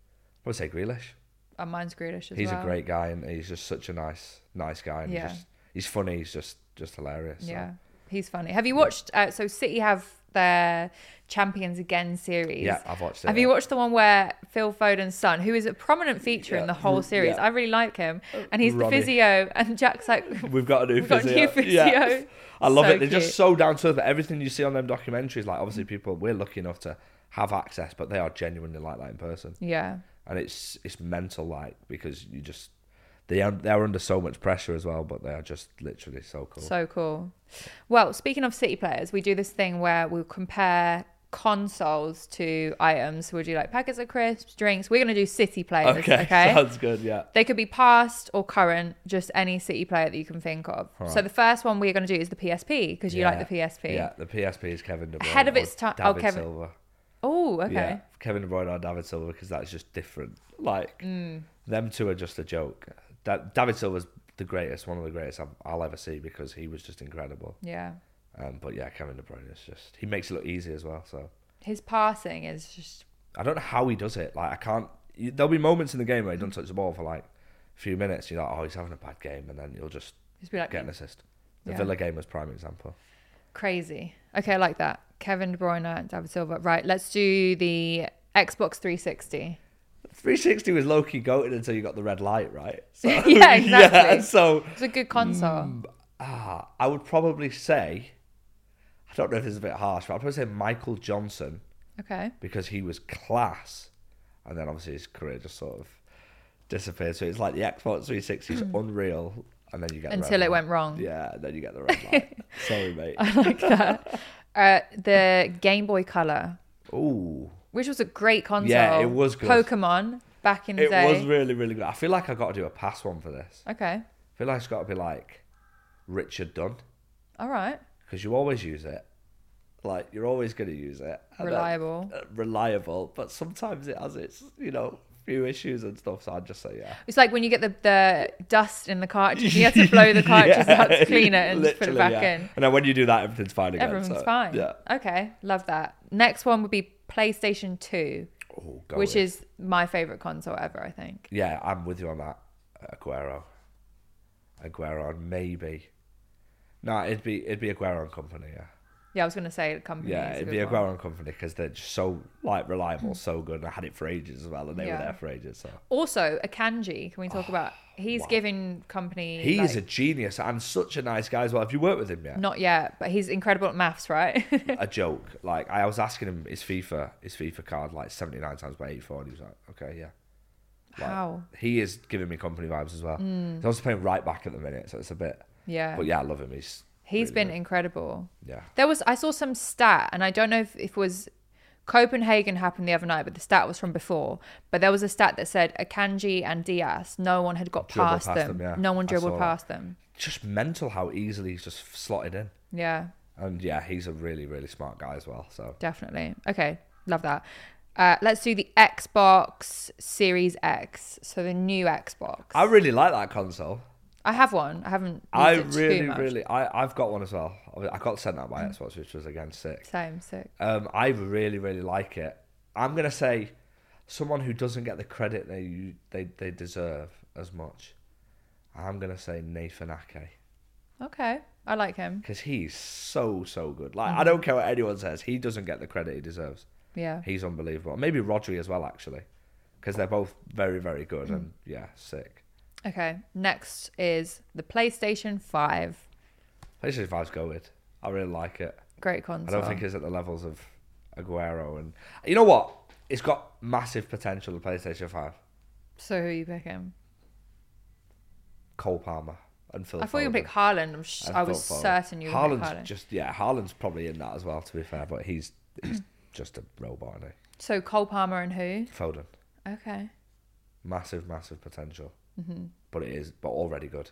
would say Grealish.
And Uh, mine's Grealish as
he's
well.
a great guy and he's just such a nice nice guy and
Yeah.
he's, just, he's funny he's just just hilarious so.
Yeah, he's funny. Have you watched? Uh, so City have their Champions Again series.
Yeah, I've watched it,
Have
yeah.
you watched the one where Phil Foden's son, who is a prominent feature in the whole series,
yeah.
I really like him, and he's
Ronnie.
the physio, and Jack's like,
We've got a new
We've got a
physio.
new
Yeah.
physio.
I love
So
it. They're just
cute.
so down to earth. Everything you see on them documentaries, like obviously people we're lucky enough to have access, but they are genuinely like that in person.
yeah,
And it's it's mental like because you just they are they're under so much pressure as well, but they are just literally so cool.
so cool. Well, speaking of City players, we do this thing where we'll compare consoles to items. Would you like packets of crisps, drinks? We're gonna do City players.
okay.
Okay.
Sounds good, yeah.
They could be past or current, just any City player that you can think of. So the first one we're going to do is the PSP because you like the
Yeah.
PSP.
Yeah, the PSP is Kevin De Bruyne.
Ahead of
or
its time- oh,
David
Kevin-
Silva.
Oh, okay.
Yeah, Kevin De Bruyne or David Silva because that's just different. Like
Mm.
them two are just a joke. Da- David Silva's the greatest, one of the greatest I've, I'll ever see because he was just incredible.
Yeah.
Um, but yeah, Kevin De Bruyne is just he makes it look easy as well. So
His passing is just
I don't know how he does it. Like I can't. You, there'll be moments in the game where he doesn't touch the ball for like a few minutes. You're like, oh, he's having a bad game, and then he'll just
Just be like-
get an assist. The
Yeah.
Villa game was prime example.
crazy. Okay, I like that. Kevin De Bruyne, David Silva. Right, let's do the Xbox 360.
360 was low key goated until you got the red light, right? So,
Yeah, exactly.
so
It's a good console.
Ah, I would probably say, I don't know if this is a bit harsh, but I'd probably say Michael Johnson
Okay.
because he was class, and then obviously his career just sort of disappeared. So it's like the Xbox 360 is unreal, and then you get the red
Mm. Until it
light.
went wrong.
Yeah, and then you get the red light. Sorry, mate.
Uh, the Game Boy Color,
Ooh,
which was a great console.
Yeah, it was good.
Pokemon back in the
it
day.
was really, really good. I feel like I got to do a pass one for this. I
okay.
feel like it's got to be like Richard Dunn
All right.
because you always use it. Like you're always going to use it. And then-
Reliable.
uh, reliable, but sometimes it has its, you know, few issues and stuff. So I'd just say, yeah.
It's like when you get the, the dust in the cartridge, you have to blow the cartridge out to clean it and just put it
Literally,
back
yeah.
in.
And then when you do that, everything's fine again.
Everything's
so,
fine.
Yeah.
Okay, love that. Next one would be PlayStation 2,
Oh, go
which
with-
is my favorite console ever, I think.
Yeah, I'm with you on that. Aguero. Aguero, and maybe. No, it'd be it'd be Aguero and company, yeah.
Yeah, I was going to say the company.
Yeah,
is a
it'd
good
be
one. Hmm.
Aguero and company because they're just so like reliable, so good. And I had it for ages as well, and they
Yeah.
were there for ages. So
Also, Akanji, can we talk about? He's given company.
Oh, he is a
like,
genius and such a nice guy as well. Have you worked with him yet?
Not yet, but he's incredible at maths, right?
a joke. Like I was asking him his FIFA his FIFA card like seventy nine times by eighty four, and he was like, "Okay, yeah." Like,
Wow.
He is giving me company vibes as well. He's also playing right back at the minute, so it's a bit.
Hmm. Yeah.
But yeah, I love him. He's
He's
really
been
good.
incredible.
Yeah.
There was I saw some stat and I don't know if, if it was Copenhagen happened the other night, but the stat was from before. But there was a stat that said Akanji and Diaz, no one had got
Dribbled
past,
past
them.
them, yeah.
No one
I saw
dribbled
that.
past them.
just mental how easily he's just slotted in,
Yeah,
and yeah, he's a really really smart guy as well. So
definitely. Okay, love that. Uh, let's do the Xbox Series X, so the new Xbox.
I
I,
really like that console.
have one. I haven't. Used
I
it too
really
much.
really I I've got one as well. I got sent that by Xbox, which was again sick.
same sick.
Um, I really, really like it. I'm gonna say someone who doesn't get the credit they they they deserve as much. I'm gonna say Nathan Ake
Okay, I like him.
because he's so so good. Like I don't care what anyone says, he doesn't get the credit he deserves.
Yeah.
He's unbelievable. Maybe Rodri as well, actually, because they're both very very good and yeah, sick.
Okay, next is the PlayStation Five.
PlayStation Five's go with. I really like it.
Great console.
I don't think it's at the levels of Aguero and you know what? It's got massive potential. The PlayStation Five.
So who are you picking?
Cole Palmer and Phil.
I thought you
Foden.
would pick Haaland. I'm sh-
And
I
Phil
was
Foden.
certain you would pick
Haaland's
Haaland.
just yeah, Haaland's probably in that as well. To be fair, but he's he's just a robot. Isn't
So Cole Palmer and who?
he? Foden,
Okay.
massive, massive potential,
Mm-hmm.
but it is but already good.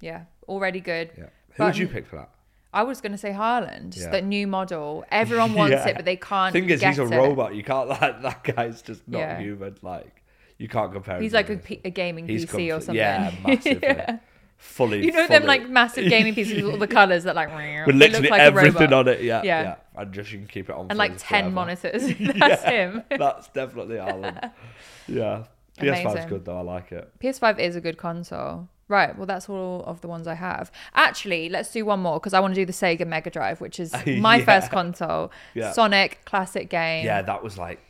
Yeah, already good.
Yeah, who
But
would you pick for that?
I was going to say Haaland,
Yeah.
that new model. Everyone wants
Yeah.
it, but they can't.
Thing is,
get
he's a
it.
robot. You can't like that guy's just not
Yeah.
human. Like you can't compare. him
He's
to
like a
anything.
P- a gaming
He's
PC or
compl- Yeah,
something.
massively,
Yeah.
fully.
You know them
fully-
like massive gaming pieces with all the colours that like.
with
they look
literally
like a
everything on
robot.
it. Yeah,
Yeah.
yeah, and just you can keep it on
And
for
like ten
forever.
monitors. That's
Yeah,
him.
That's definitely Alan. yeah. PS5's
Amazing.
good though. I like it.
PS5 is a good console. Right, well, that's all of the ones I have. Actually, let's do one more because I want to do the Sega Mega Drive, which is my
Yeah.
first console.
Yeah.
Sonic, classic game.
Yeah, that was like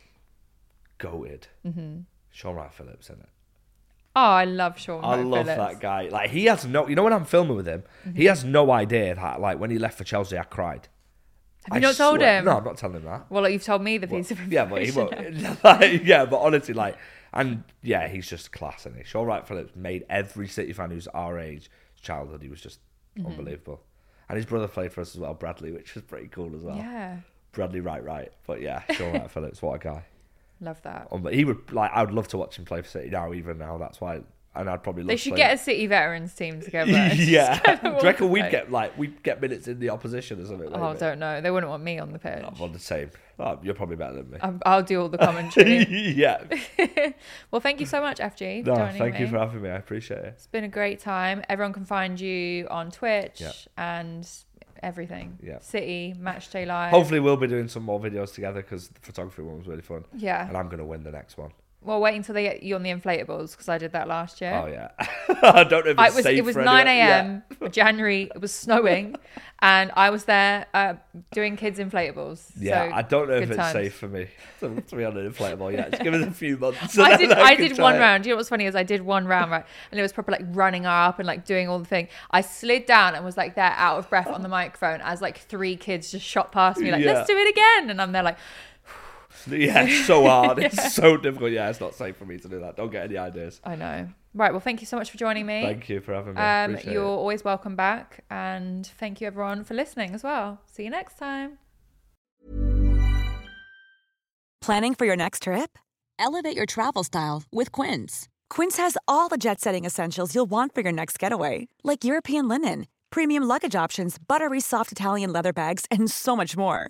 goated. Mm-hmm. Sean Wright Phillips in it.
Oh, I love Sean.
I
Wright
love
Phillips. Mm-hmm.
that guy. Like he has no. You know when I'm filming with him, he has no idea that like when he left for Chelsea, I cried.
Have you
I
not told
swear-
him?
No, I'm not telling him that.
Well, like, you've told me the piece of
yeah, but he
information.
won't. like, yeah, but honestly, like, and yeah, he's just class, and he? Sean Wright Phillips made every City fan who's our age childhood. He was just
Mm-hmm.
unbelievable, and his brother played for us as well, Bradley, which was pretty cool as well.
Yeah,
Bradley Wright, right? But yeah, Sean Wright Phillips, what a guy!
love that.
Um, But he would like. I would love to watch him play for City now, even now. That's why, and I'd probably love
They
to
should
play-
get a City Veterans team together.
yeah, do you reckon we'd
like-
get like we'd get minutes in the opposition or something?
Oh, I don't know. They wouldn't want me on the pitch.
I'm on the same. Oh, you're probably better than me.
I'm- I'll do all the commentary.
yeah.
well, thank you so much, FG. For
No,
joining
thank
me.
you for having me. I appreciate it.
It's been a great time. Everyone can find you on Twitch and everything.
Yeah.
City, Matchday Live.
Hopefully, we'll be doing some more videos together because the photography one was really fun.
Yeah.
And I'm going to win the next one.
Well, wait until they get you on the inflatables because I did that last year.
Oh, yeah. I don't know if it's
I was
safe
it was
for
9
anyone. Yeah.
a.m. January. It was snowing, and I was there uh, doing kids inflatables.
Yeah,
so
I don't know if
good
it's
times.
safe for me to, to be on an inflatable yet. Just give us a few months.
I
and
did.
then
I
can
did
try
one
it.
round. You know what's funny is I did one round right, and it was proper like running up and like doing all the thing. I slid down and was like there, out of breath on the microphone as like three kids just shot past me, like
Yeah.
let's do it again, and I'm there like
Yeah, it's so hard. It's so difficult. Yeah, it's not safe for me to do that. Don't get any ideas.
I know. Right. Well, thank you so much for joining me.
Thank you for having me.
Um,
Appreciate it.
you're always welcome back, and thank you everyone for listening as well. See you next time.
Planning for your next trip? Elevate your travel style with Quince. Quince has all the jet setting essentials you'll want for your next getaway, like European linen, premium luggage options, buttery soft Italian leather bags, and so much more.